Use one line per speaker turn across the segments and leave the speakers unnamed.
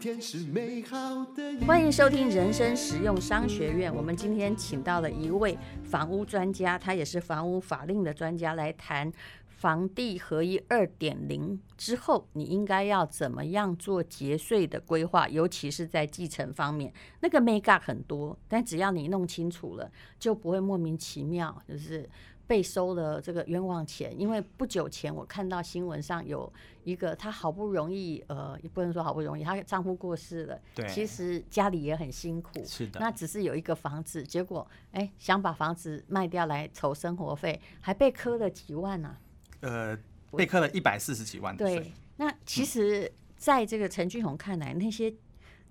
天是美好的一
欢迎收听人生实用商学院。我们今天请到了一位房屋专家，他也是房屋法令的专家，来谈房地合一二点零之后，你应该要怎么样做节税的规划，尤其是在继承方面，那个 mega 很多，但只要你弄清楚了，就不会莫名其妙就是被收了这个冤枉钱。因为不久前我看到新闻上有一个，她好不容易，呃，也不能说好不容易，她丈夫过世了，
对
其实家里也很辛苦，
是的
那只是有一个房子，结果哎想把房子卖掉来筹生活费，还被磕了几万啊。
呃，被扣了一百四十几万的
对
税。，
那其实在这个陈俊宏看来，那些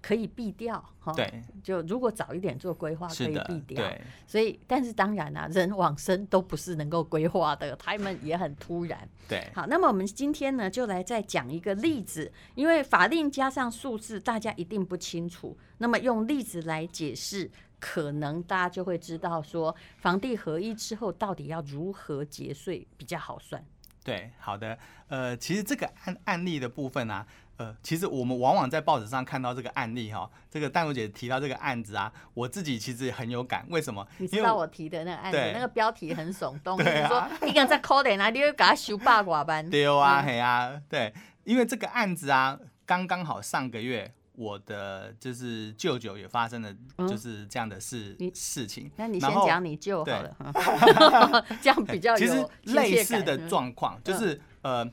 可以避掉哈。
对，
就如果早一点做规划，可
是
以
的
避，掉。
对，
所以，但是当然啦、啊人往生都不是能够规划的，他们也很突然。
对，
好，那么我们今天呢，就来再讲一个例子，因为法令加上数字，大家一定不清楚。那么用例子来解释，可能大家就会知道说，房地合一之后到底要如何节税比较好算。
对，好的。呃，其实这个案案例的部分啊，呃，其实我们往往在报纸上看到这个案例哈、这个淡如姐提到这个案子啊，我自己其实也很有感。为什么？
你
因
知
为
道我提的那个案子
对，
那个标题很耸动，就是
对啊
说你敢再抠点啊，你又给他修八卦班。
对啊，嘿啊，对，因为这个案子啊，刚刚好上个月我的就是舅舅也发生了
嗯
就是这样的事、
你
事情。
那你
然
先
后
讲你舅好
对
了， 这样比较有
其实
亲切
类似
感
的
嗯
状况，就是呃，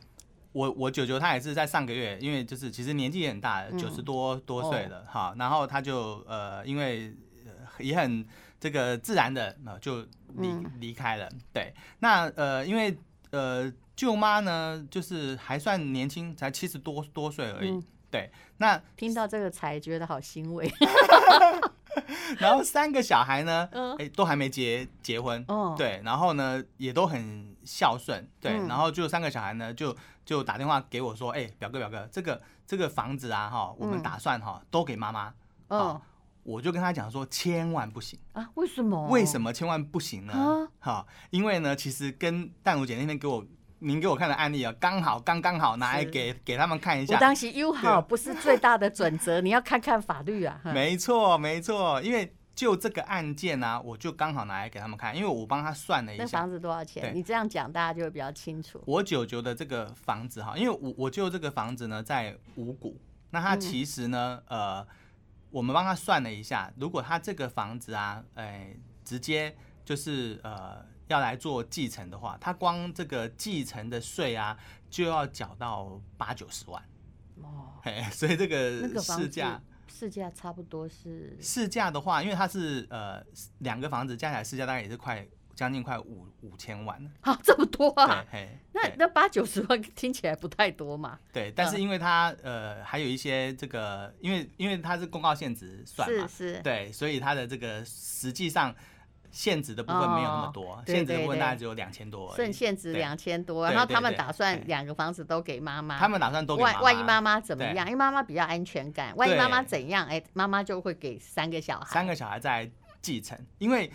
我我舅舅他也是在上个月，因为就是其实年纪也很大了，
嗯哦
九十多多岁了哈、然后他就呃，因为呃也很这个自然的呃就离
嗯
离开了。对，那呃因为呃舅妈呢，就是还算年轻，才七十多多岁而已。
嗯
对，那
听到这个才觉得好欣慰。
然后三个小孩呢，哎、
嗯
都还没结结婚，
哦，
对，然后呢也都很孝顺，对，
嗯
然后就三个小孩呢就就打电话给我说，哎、表哥表哥，这个这个房子啊哈，我
嗯
们打算哈、都给妈妈，
哦
我就跟他讲说千万不行，
啊，为什么？
为
么？
什么千万不行呢
啊？
哈，因为呢其实跟淡如姐那天给我您给我看的案例啊，刚好刚刚好拿来
是
给给他们看一
我
下，
当时友好
对
不是最大的准则，你要看看法律啊。哈
没错没错，因为就这个案件呢、啊，我就刚好拿来给他们看，因为我帮他算了一
那
下
房，子多少钱？
对
你这样讲，大家就会比较清楚。
我舅舅的这个房子哈，因为我我舅这个房子呢在五股，那
嗯
他其实呢，呃，我们帮他算了一下，如果他这个房子啊，哎、直接就是呃要来做继承的话，他光这个继承的税啊就要缴到八九十万，
哦，
嘿， 所以这
那
个
个房
市价
子。市价差不多是
市价的话，因为它是呃两个房子加起来市价大概也是快将近快五五千万了，
啊这么多啊
对，？嘿，
那
对
那八九十万听起来不太多嘛？
对，但
嗯
是因为它呃还有一些这个，因为因为它是公告限值算
是
嘛，
是，
对，所以它的这个实际上限值的部分没有那么多，
哦对
限值的
对
部分大概
对
只有两千多而
剩
已。
限值
对
两千多，
对
然后
对
他们
对
打算两个房子都给妈妈。
他们打算都给
万万一妈
妈
妈怎么
对
样？因为妈妈比较安全感，万一妈妈
对
怎样，哎，妈妈就会给三个小孩。
三个小孩在继承，因为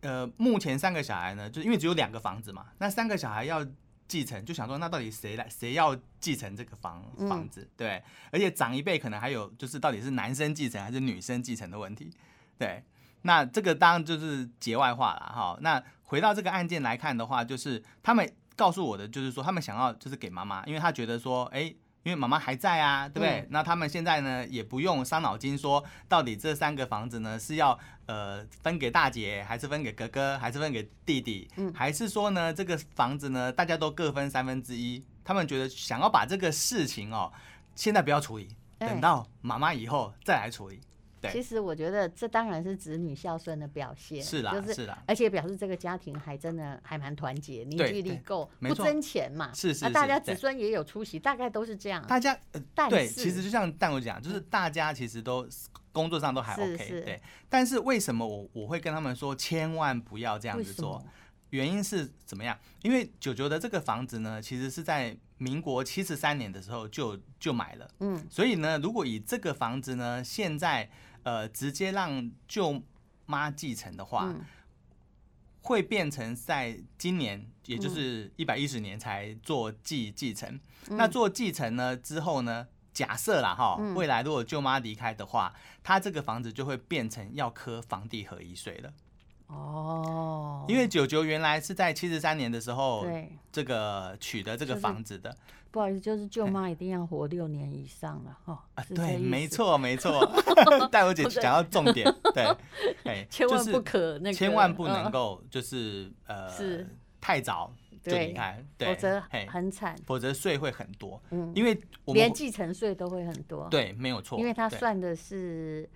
呃目前三个小孩呢，就因为只有两个房子嘛，那三个小孩要继承，就想说那到底谁来谁要继承这个房
嗯
房子？对，而且长一辈可能还有就是到底是男生继承还是女生继承的问题，对。那这个当然就是节外话了哈。那回到这个案件来看的话，就是他们告诉我的，就是说他们想要就是给妈妈，因为他觉得说，哎、因为妈妈还在啊，对不
嗯
对？那他们现在呢也不用伤脑筋说到底这三个房子呢是要呃分给大姐，还是分给哥哥，还是分给弟弟，
嗯
还是说呢这个房子呢大家都各分三分之一？他们觉得想要把这个事情哦，现在不要处理，
哎
等到妈妈以后再来处理。对
其实我觉得这当然是子女孝顺的表现，
是啦，
就是嗯
是啦，
而且表示这个家庭还真的还蛮团结，凝聚力
对
够，
没
不
错
争钱嘛。
是是
那大
是
家子
对
孙也有出息，大概都是这样。
大家呃
但
对，
是
其实就像但我讲，就是大家其实都工作上都还
嗯是
OK，
是
对。但是为什么我我会跟他们说千万不要这样
为
子
什
做
么？？
原因是怎么样？因为九九的这个房子呢，其实是在民国七十三年的时候就就买了，
嗯，
所以呢，如果以这个房子呢，现在呃直接让舅妈继承的话，
嗯
会变成在今年，也
嗯
就是一百一十年才做继继承。那做继承呢之后呢，假设啦哈，
嗯
未来如果舅妈离开的话，他这个房子就会变成要科房地合一税了，
哦，
因为九九原来是在七十三年的时候
对，
这个取得这个
就是
房子的，
不好意思，就是舅妈一定要活六年以上了哈、
啊，
是
对，
这意
没
思，
错，没 错，戴茹姐讲到重点，对，哎，
千
就
万
是
不可那个，
千万不能
嗯，
够就是呃，
是
太早就
对
离开，
否
对
则，
嘿，
很惨，
否则税会很多，
嗯，
因为我们
连继承税都会很多，，
对没有错，
因为他
对
算的是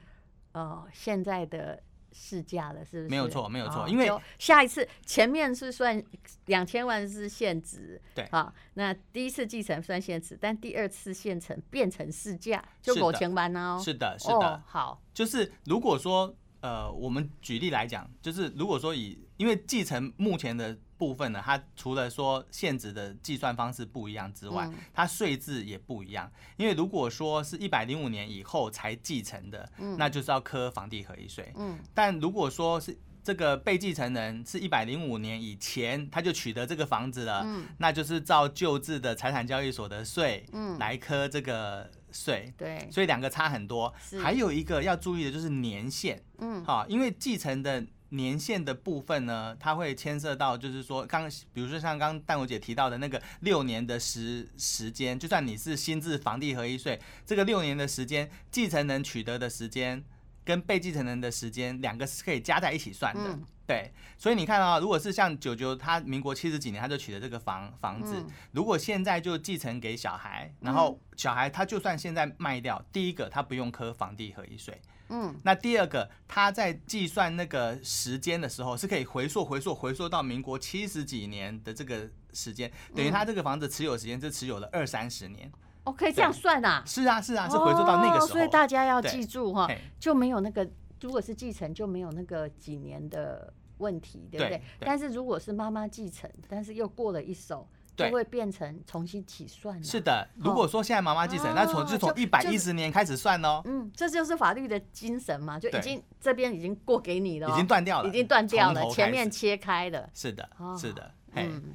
呃现在的。市价了，是不是？
没有错没有错
哦
因为
就下一次前面是算两千万是现值，
对
啊，那第一次继承算现值，但第二次现成变成市价，就是我
的
钱完了哦，
是的，是
哦
的，，
好，
就是如果说呃，我们举例来讲，就是如果说以因为继承目前的部分呢，它除了说现值的计算方式不一样之外，
嗯
它税制也不一样。因为如果说是一百零五年以后才继承的，那就是要科房地合一税。
嗯，
但如果说是这个被继承人是一百零五年以前他就取得这个房子了，那就是照旧制的财产交易所得税，嗯，来科这个税。
对，
所以两个差很多
是。
还有一个要注意的就是年限，
嗯，
好、因为继承的年限的部分呢，它会牵涉到，就是说刚，比如说像刚刚蛋果姐提到的那个六年的时时间，就算你是新制房地合一税，这个六年的时间，继承人取得的时间跟被继承人的时间，两个是可以加在一起算的。
嗯
对，所以你看啊、如果是像九九，他民国七十几年他就取得这个房房子，
嗯
如果现在就继承给小孩，然后小孩他就算现在卖掉，第一个他不用磕房地合一税，
嗯，
那第二个他在计算那个时间的时候是可以回溯回溯回溯到民国七十几年的这个时间，等于他这个房子持有时间是持有了二三十年，
哦，可以这样算啊，
是啊是啊，是回溯到那个
哦
时
所以
候，
大家要
对
记住哈
嘿，
就没有那个，如果是继承就没有那个几年的问题，对不对？
对对
但是如果是妈妈继承，但是又过了一手，就
对
会变成重新起算、啊。
是，的，如果说现在妈妈继承，
哦
那从是从
就
一百一十年开始算哦，
嗯，这就是法律的精神嘛，就已
对
经这边已经过给你了哦、
已经断掉了，
已经断掉
从
了，
头
前
开
面
始
切开了。
是的
哦
是的，嘿。
嗯，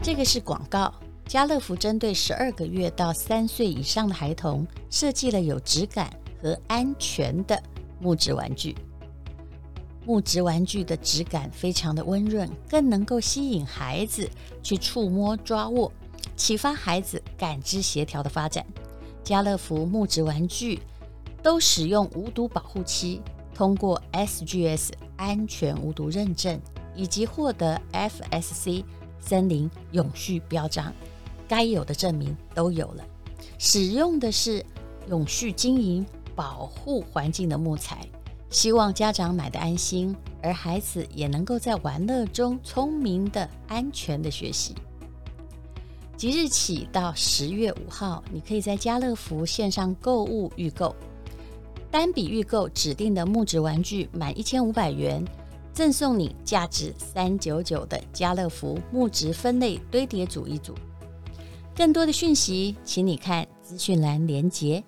这个是广告。家乐福针对十二个月到三岁以上的孩童，设计了有质感和安全的木质玩具。木质玩具的质感非常的温润，更能够吸引孩子去触摸、抓握，启发孩子感知协调的发展。家乐福木质玩具都使用无毒保护漆，通过 SGS 安全无毒认证，以及获得 FSC 森林永续标章，该有的证明都有了。使用的是永续经营、保护环境的木材，希望家长买的安心，而孩子也能够在玩乐中聪明的、安全的学习。即日起到十月五号，你可以在家乐福线上购物预购，单笔预购指定的木质玩具满一千五百元，赠送你价值三九九的家乐福木质分类堆叠组一组。更多的讯息，请你看资讯栏连结。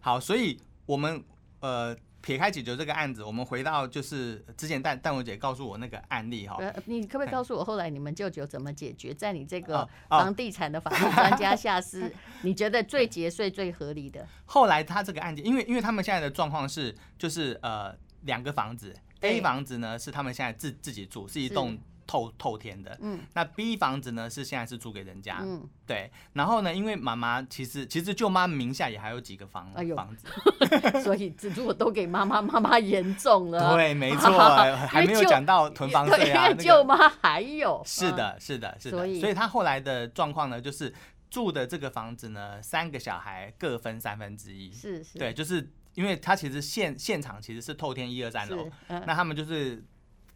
好，所以我们呃撇开解决这个案子，我们回到就是之前蛋蛋文姐告诉我那个案例哈。
呃，你可不可以
嘿
告诉我，后来你们舅舅怎么解决？在你这个
哦哦
房地产的法律专家下， 是你觉得最节税、最合理的？
后来他这个案件，因为因为他们现在的状况是就是呃两个房子
对
，A 房子呢是他们现在自自己住，是一
是
栋透透天的，
嗯，
那 B 房子呢是现在是租给人家，
嗯，
对。然后呢，因为妈妈其实其实舅妈名下也还有几个房、
哎呦
房子，
所以这如果都给妈妈，妈妈严重了。
对，没 错，还没有
啊舅
讲到囤房税啊，
因为
那个
舅妈还有。
是的，是的，是的。
嗯所
所
以
以他后来的状况呢，就是住的这个房子呢，三个小孩各分三分之一
嗯，。是是，
对，就是因为他其实现现场其实是透天一二三楼
是，，嗯
那他们就是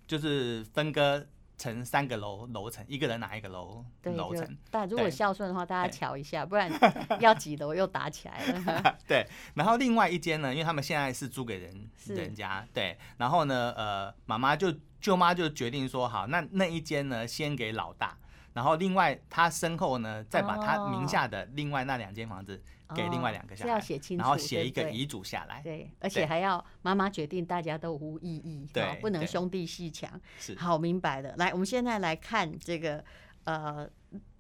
就是分割成三个楼楼层，一个人拿一个楼
对，
楼
就
层。
大如果
对
孝顺的话，大家
对
瞧一下，不然 要几楼又打起来了。
对，然后另外一间呢，因为他们现在是租给人
是
人家，对，然后呢，呃，妈妈就舅妈就决定说，好，那那一间呢，先给老大，然后另外他身后呢，再把他名下的另外那两间房子 给另外两个
哦
小
是
孩，
要写清楚，
然后写一
对
个
不对
遗嘱下来，
对，而且
对
还要妈妈决定，大家都无异议，
对
哦不能
对
兄弟戏强。
是
好，明白了。来，我们现在来看这个呃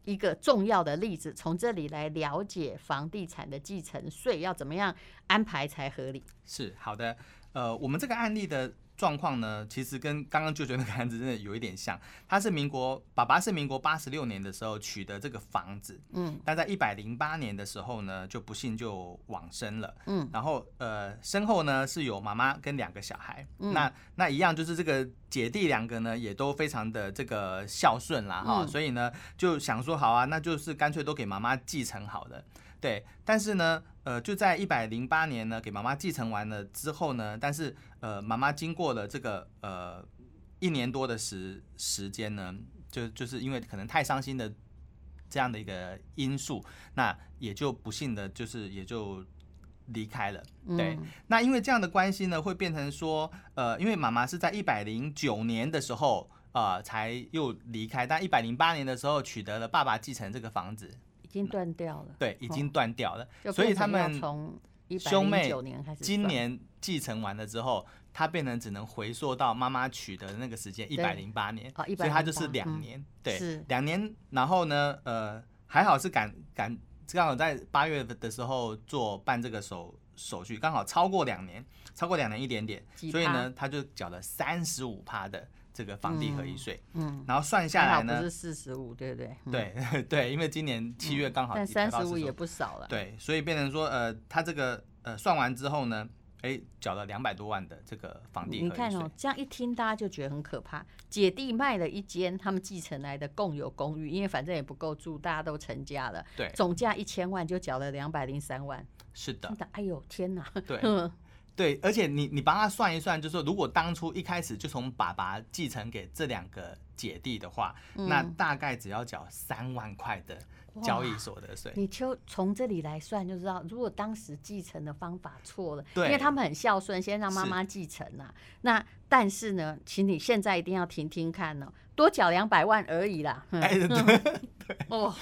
一个重要的例子，从这里来了解房地产的继承税要怎么样安排才合理。
是好的，呃，我们这个案例的状况呢，其实跟刚刚舅舅那个案子真的有一点像。他是民国，爸爸是民国八十六年的时候取得这个房子，
嗯
但在一百零八年的时候呢，就不幸就往生了。
嗯
然后呃，身后呢是有妈妈跟两个小孩，
嗯
那那一样就是这个姐弟两个呢也都非常的这个孝顺啦哈，
嗯
所以呢就想说好啊，那就是干脆都给妈妈继承好了。对，但是呢，呃，就在一百零八年呢，给妈妈继承完了之后呢，但是呃，妈妈经过了这个呃一年多的时时间呢，就就是因为可能太伤心的这样的一个因素，那也就不幸的，就是也就离开了。对
嗯
那因为这样的关系呢，会变成说，呃，因为妈妈是在一百零九年的时候，呃，才又离开，但一百零八年的时候取得了爸爸继承这个房子，
已经断掉了，
对，已经断掉了，
哦就
所以
变成
他们
要从一百
兄
零
妹
九年开始算，
今年继承完了之后，他变成只能回溯到妈妈取得的那个时间一百零八年，
哦108
所以他就是
嗯
两年，对
是，
两年。然后呢，呃，还好是赶赶，刚好在八月的时候做办这个手手续，刚好超过两年，超过两年一点点，
几
所以呢他
趴，
就缴了三十五趴的这个房地合一税，
嗯，
然后算下
还
来
好不
呢
是，四十五，对不对？嗯，
对 对，因为今年七月刚好
但
也达
三
到
十五
45
也不少了，，
对，所以变成说，呃，他这个呃算完之后呢，哎，缴了两百多万的这个房地
你
合一
看
税
哦，这样一听大家就觉得很可怕。姐弟卖了一间他们继承来的共有公寓，因为反正也不够住，大家都成家了，
对，
总价一千万就缴了两百零三万，
是
真
的，
的，嗯哎呦天哪！
对对，而且你你帮他算一算，就是说，如果当初一开始就从爸爸继承给这两个姐弟的话，那
嗯
大概只要缴三万块的交易所得税。
你就从这里来算就知道，如果当时继承的方法错了，
对
因为他们很孝顺，先让妈妈继承啊。那但是呢，请你现在一定要听听看哦，多缴两百万而已啦。嗯
哎，对，
哦，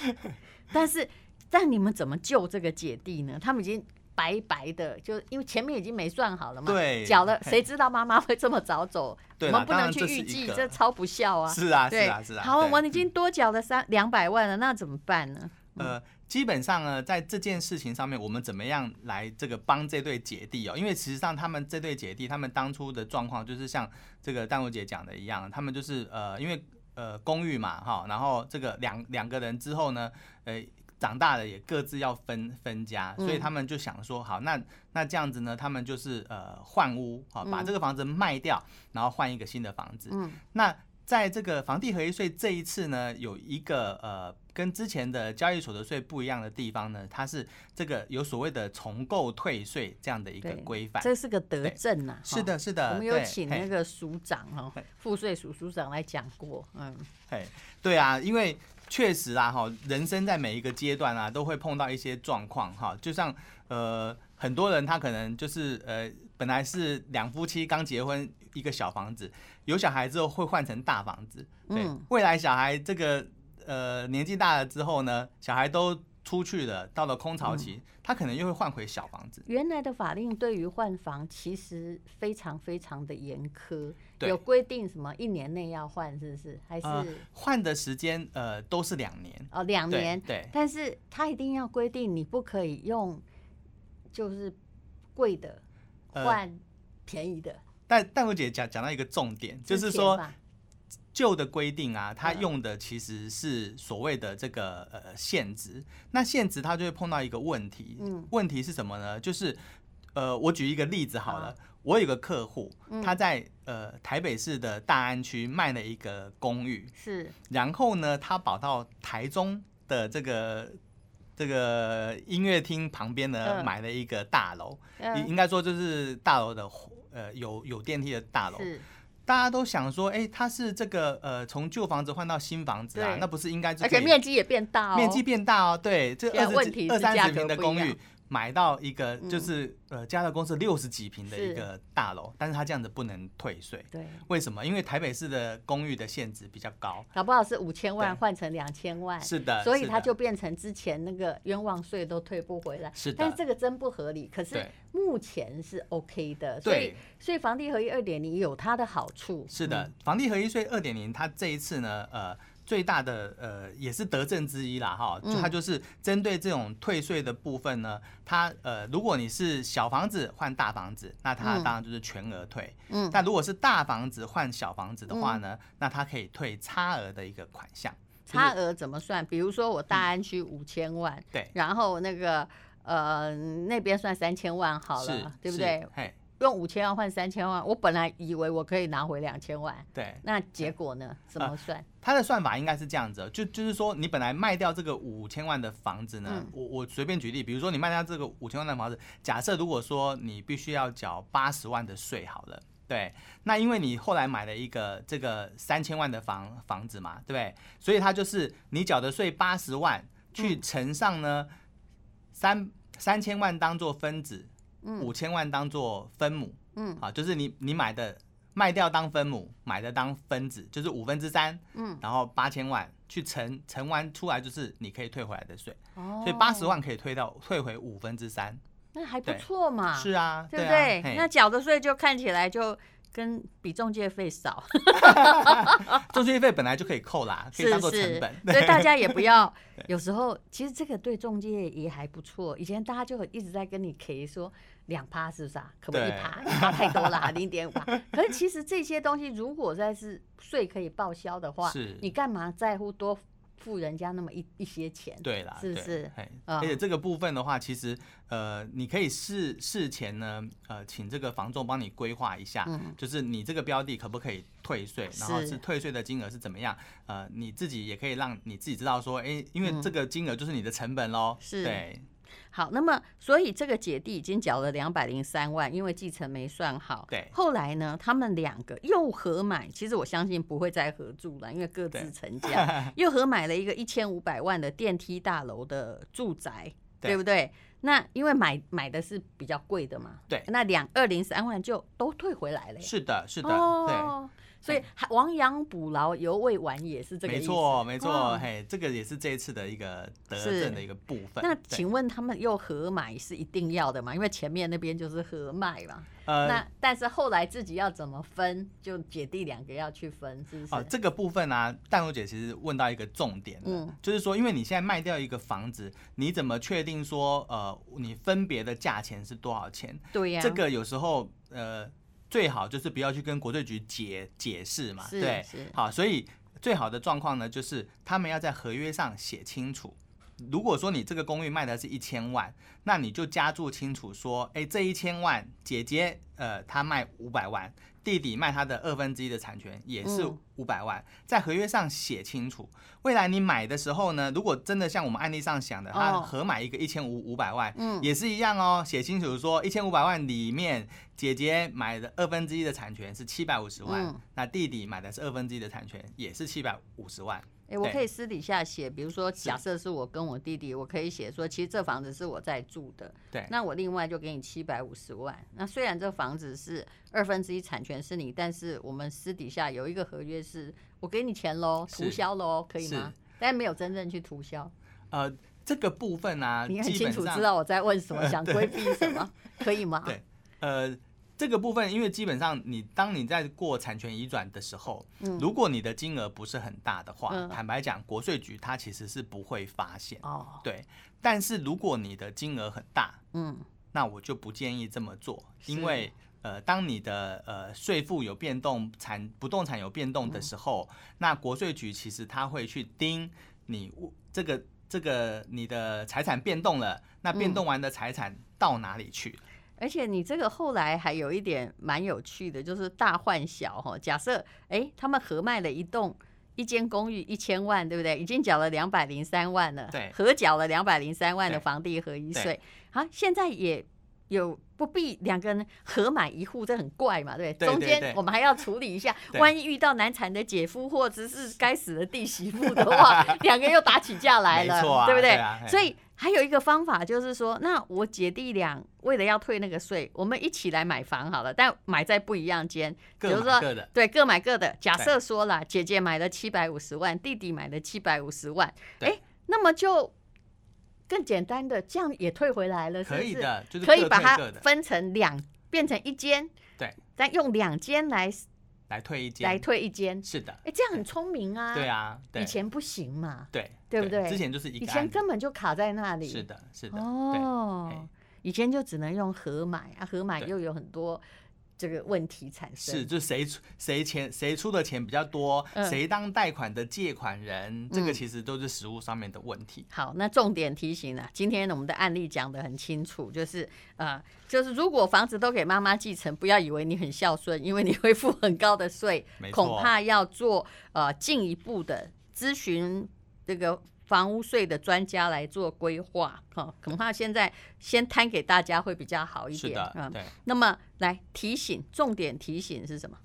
但是但你们怎么救这个姐弟呢？他们已经白白的，就因为前面已经没算好了嘛，
对
缴了，
嘿
谁知道妈妈会这么早走？
对
我们
啦
不
当
能
然
去
这是
预
一
计，
个
这超不孝啊。
是啊，是
对
啊，是啊。
好，我
对
们已经多缴了三两百万了，那怎么办呢？
呃，基本上呢，在这件事情上面，我们怎么样来这个帮这对姐弟哦？因为实际上他们这对姐弟，他们当初的状况就是像这个淡如姐讲的一样，他们就是呃，因为呃公寓嘛哈，然后这个两两个人之后呢，呃。长大了也各自要分分家，所以他们就想说，好，那那这样子呢，他们就是呃换屋，好、把这个房子卖掉，然后换一个新的房子。
嗯，
那在这个房地合一税这一次呢，有一个呃跟之前的交易所得税不一样的地方呢，它是这个有所谓的重构退税这样的一个
对
规范。
这是个德政呐、啊。
是
哈
的，是
我
的，
们有
对
请
嘿
那个署长哈
嘿，
赋税署署长来讲过，嗯，
嘿，对啊，因为确实啊，哈，人生在每一个阶段啊，都会碰到一些状况哈，就像呃，很多人他可能就是呃，本来是两夫妻刚结婚一个小房子，有小孩之后会换成大房子，对，
嗯
未来小孩这个呃年纪大了之后呢，小孩都出去了，到了空巢
嗯
期，他可能又会换回小房子，
原来的法令对于换房其实非常非常的严苛，
对
有规定什么一年内要换，是不是？还是、
呃，换的时间呃都是两年，
哦两
对
年？
对
但是他一定要规定你不可以用就是贵的
呃
换便宜的，
但但我姐讲讲到一个重点，就是
之前
说
吧
旧的规定啊，它
嗯
用的其实是所谓的这个呃限值。那限值它就会碰到一个问题，
嗯
问题是什么呢？就是呃，我举一个例子好了，
好嗯
我有个客户，他在呃台北市的大安区卖了一个公寓，
是
然后呢，他跑到台中的这个。这个音乐厅旁边呢，
嗯
买了一个大楼，应、
嗯
应该说就是大楼的呃有有电梯的大楼，
是，
大家都想说，哎、它是这个呃，从旧房子换到新房子啊
对，
那不是应该就
而
可
且
以
面积也变大哦，
面积变大哦？对，这
现在
二
问
十
题
几、
是
二三
价
十
格
平的
不一
公
样
寓，买到一个
嗯
就是、呃家乐公司六十几平的
是
一个大楼，但是它这样子不能退税，
对。
为什么？因为台北市的公寓的限制比较高。
搞不好是五千万
对
换成两千万，
是的，
哎所以
是的
它就变成之前那个冤枉税都退不回来。
是的
但是这个真不合理。可是
对
目前是 OK 的，所以
对
所以房地合一二点零有它的好处。嗯
是的，房地合一税二点零，它这一次呢，呃，最大的呃也是德政之一啦哈，
嗯
就它就是针对这种退税的部分呢，它呃如果你是小房子换大房子，那它
嗯
当然就是全额退。
嗯
但如果是大房子换小房子的话
嗯
呢，那它可以退差额的一个款项。
差额怎么算？比如说我大安区五千万，
对，
然后那个呃那边算三千万好
是
了，对不
是
对？
嘿，
用五千万换三千万，我本来以为我可以拿回两千万，
对，啊
那结果呢？怎么算？
它的算法应该是这样子哦，就就是说，你本来卖掉这个五千万的房子呢，
嗯
我我随便举例，比如说你卖掉这个五千万的房子，假设如果说你必须要缴八十万的税，好了。对，那因为你后来买了一个这个三千万的房房子嘛，对不对？所以它就是你缴的税八十万，
嗯
去乘上呢三三千万当做分子，五千万当做分母，
嗯，
啊，就是你你买的卖掉当分母，买的当分子，就是五分之三，
嗯，
然后八千万去乘乘完出来就是你可以退回来的税，
哦
所以八十，万可以退到退回五分之三，
那还不
对
错嘛，
是啊，
对不
啊
对？
嘿
那缴的税就看起来就跟比中介费少，
中介费本来就可以扣啦，可以
是
当做成
是
本，，
所以 大家也不要。有时候其实这个对中介也还不错。以前大家就一直在跟你 K 说两趴是不是啊？可不可以一
对
趴？一趴太多了，啊零点五趴。可是其实这些东西如果再是税可以报销的话
是，
你干嘛在乎多付人家那么一一些钱？
对啦，
是不
对
是
嘿
嗯
而且这个部分的话，其实呃，你可以事事前呢，呃，请这个房仲帮你规划一下，
嗯
就是你这个标的可不可以退税，然后
是
是退税的金额是怎么样，呃，你自己也可以让你自己知道说，哎、因为这个金额就是你的成本喽，
嗯是
对，
好，那么所以这个姐弟已经缴了两百零三万，因为继承没算好。
对
后来呢，他们两个又合买，其实我相信不会再合住了，因为各自
对
成 家，又合买了一个一千五百万的电梯大楼的住宅，
对
不对？那因为买买的是比较贵的嘛，
对
那两二零三万就都退回来了耶。
是的，是的，对。
哦，所以
对
还亡羊补牢，犹未晚也是这个意
没
思。
错，没错，
哦
嘿，这个也是这一次的一个德
是
政的一个部分。
那
对
请问他们又合买是一定要的吗？因为前面那边就是合买嘛。
呃，
那但是后来自己要怎么分，就姐弟两个要去分，是不是？
哦，这个部分啊，淡如姐其实问到一个重点了，
嗯
就是说，因为你现在卖掉一个房子，你怎么确定说，呃，你分别的价钱是多少钱？
对呀、
这个有时候，呃，最好就是不要去跟国税局解解释嘛，
是
对
是，
好，所以最好的状况呢，就是他们要在合约上写清楚。如果说你这个公寓卖的是一千万，那你就加注清楚说，哎，这一千万，姐姐呃她卖五百万，弟弟卖他的二分之一的产权也是
嗯
五百万，在合约上写清楚。未来你买的时候呢，如果真的像我们案例上想的，他
哦
合买一个一千五五百万，
嗯
也是一样哦，写清楚说一千五百万里面，姐姐买的二分之一的产权是七百五十万，
嗯
那弟弟买的是二分之一的产权，也是七百五十万。
哎、我
对
可以私底下写，比如说假设是我跟我弟弟，我可以写说，其实这房子是我在住的，
对
那我另外就给你七百五十万。那虽然这房子是二分之一产权是你，但是我们私底下有一个合约是，我给你钱喽，
是
涂销喽，可以吗
是？
但没有真正去涂销，
呃，这个部分啊，
你很
基
清
本
楚
上
知道我在 问什么，想规避什么，可以吗？
对呃，这个部分，因为基本上你当你在过产权移转的时候，如果你的金额不是很大的话，
嗯
坦白讲，国税局它其实是不会发现。
哦，
对，但是如果你的金额很大，
嗯，
那我就不建议这么做，
是
因为呃，当你的呃税负有变动，产不动产有变动的时候，
嗯
那国税局其实它会去盯你物这个这个你的财产变动了，那
嗯
变动完的财产到哪里去？
而且你这个后来还有一点蛮有趣的，就是大换小哈。假设诶，他们合卖了一栋一间公寓一千万，对不对？已经缴了两百零三万了，
对
合缴了两百零三万的
对
房地合一税
对。
好，现在也有不必两个人合买一户，这很怪嘛，对不
对
对？中
对
间
对
我们还要处理一下，
对
万一遇到难产的姐夫或者是该死的弟媳妇 的话，两个又打起架来了，
没错啊
对不对？
对啊嘿
所以哎还有一个方法就是说，那我姐弟俩为了要退那个税，我们一起来买房好了，但买在不一样间，比
各
如
买
说
各的。
对各买各的。假设说啦，姐姐买了七百五十万，弟弟买了七百五十万，
对
哎，那么就更简单的，这样也退回来了，是不
可以
是？
的，就是
可以
各
把
退
它
各的。
分成两，变成一间，
对，
但用两间来
来退一间，
来退一间。
是的，
哎，这样很聪明啊。
对，啊，对
以前不行嘛，
对
对不对
之前就是一
以
个案
前
子，
根本就卡在那里。
是的，是的，对
哦
嘿，
以前就只能用合买啊，合买
对
又有很多这个问题产生。
是，就谁出谁钱谁出的钱比较多，
嗯
谁当贷款的借款人，这个
嗯
其实都是实物上面的问题。
好，那重点提醒啊，今天我们的案例讲得很清楚，就是呃，就是如果房子都给妈妈继承，不要以为你很孝顺，因为你会付很高的税
没，错
恐怕要做呃进一步的咨询这个房屋税的专家来做规划哈、恐怕现在先摊给大家会比较好一
是
点
的，
嗯
对。
那么来提醒，重点提醒是什么？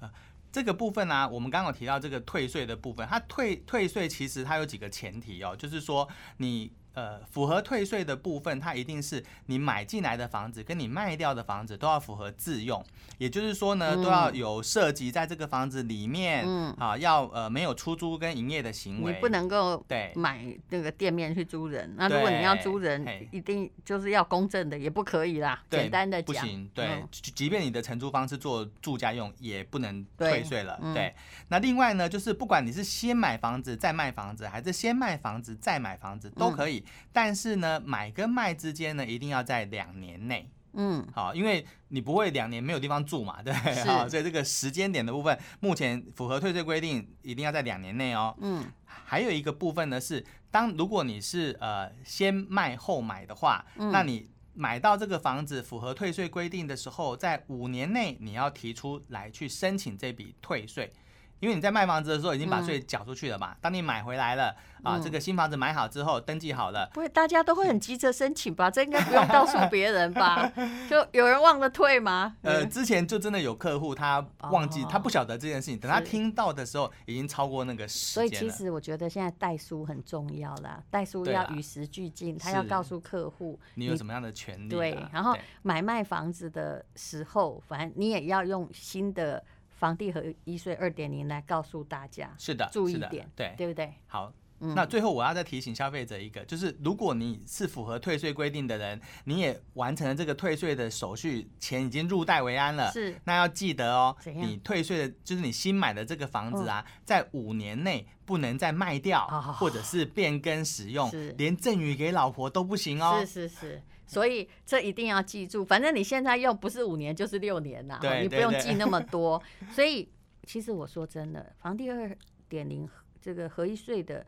这个部分呢、啊我们刚刚有提到这个退税的部分，它退退税其实它有几个前提哦，就是说你呃符合退税的部分，它一定是你买进来的房子跟你卖掉的房子都要符合自用，也就是说呢，
嗯
都要有涉及在这个房子里面，
嗯
啊，要呃没有出租跟营业的行
你
为，
不能够
对
买那个店面去租人。那如果你要租人
对嘿，
一定就是要公证的，也不可以啦。
对
简单的
不
讲，
行，对，
嗯
即即便你的承租方是做住家用，也不能
对
退税了。
嗯
对，那另外呢，就是不管你是先买房子再卖房子，还是先卖房子再买房子
嗯
都可以，但是呢，买跟卖之间呢，一定要在两年内。
嗯，
好，因为你不会两年没有地方住嘛，对，
是
好，所以这个时间点的部分，目前符合退税规定，一定要在两年内哦。
嗯，
还有一个部分呢是，当如果你是呃先卖后买的话，
嗯
那你买到这个房子符合退税规定的时候，在五年内你要提出来去申请这笔退税。因为你在卖房子的时候已经
嗯
把税缴出去了嘛，当你买回来了啊，这个新房子买好之后登记好了，
不会，大家都会很急着申请吧？这应该不用 告诉别人吧？就有人忘了退吗？
呃，
嗯，
之前就真的有客户他忘记，
哦
他不晓得这件事情，等他
是
听到的时候已经超过那个
所
时
以
间
其
了。
实我觉得现在代书很重要啦，代书
对
要
啦
与时俱进，他
是
要告诉客户
你有什么样的权利啊？
对，然后买卖房子的时候，反正你也要用新的房地合一税二点零来告诉大家，
是的，
注
是
意
的
点，
对
对不对？
好。
嗯
那最后我要再提醒消费者一个，就是如果你是符合退税规定的人，你也完成了这个退税的手续，钱已经入袋为安了，
是
那要记得哦，
怎样嗯
你退税的就是你新买的这个房子啊，在五年内不能再卖掉，
哦
或者是变更使用
是，
连赠与给老婆都不行哦。
是是是，所以这一定要记住，反正你现在用不是五年就是六年啦，
对
你不
对
用
对
记那么多。所以其实我说真的，房地二点零这个合一税的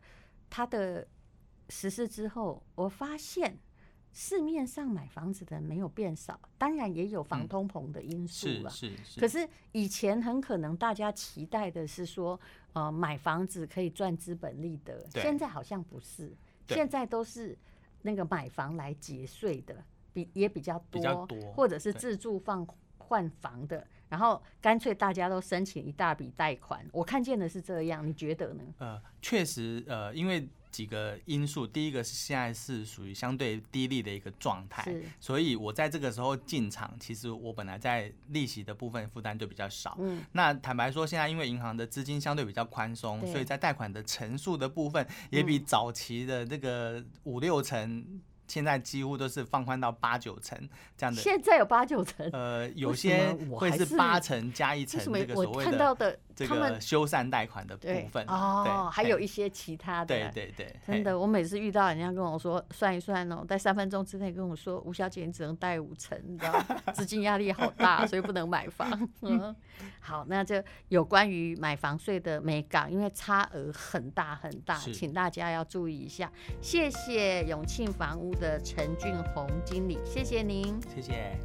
它的实施之后，我发现。市面上买房子的人没有变少，当然也有防
嗯
通膨的因素
是
了。
是是，
可是以前很可能大家期待的是说，呃，买房子可以赚资本利得，
对
现在好像不是，
对
现在都是那个买房来节税的，比也比较
比
多，
较多
或者是
对
自住放换房的，然后干脆大家都申请一大笔贷款，我看见的是这样，你觉得呢？
呃，确实，呃，因为几个因素，第一个是现在是属于相对低利哎的一个状态
是，
所以我在这个时候进场，其实我本来在利息的部分负担就比较少。
嗯，
那坦白说，现在因为银行的资金相对比较宽松，
对嗯
所以在贷款的成数的部分也比早期的这个五六成，现在几乎都是放宽到八九成这样的。
现在有八九成，
呃，有
为什么
些
我
会
还
是
是
八成加一
为
成
什么
这个所
我
谓
看到
的
的
这
他们
个修缮贷款的
对
部分啊
哦，还有
嘿
一些其他
对
的，
对对，
真
嘿
的，我每次遇到人家跟我说算一算哦，在三分钟之内跟我说，吴小姐你只能贷五成，你知道吗， 资金压力好大，所以不能买房。嗯，好，那这有关于买房税的美港，因为差额很大很大，
是
请大家要注意一下。谢谢永庆房屋的陈俊宏经理，谢谢您。
谢谢。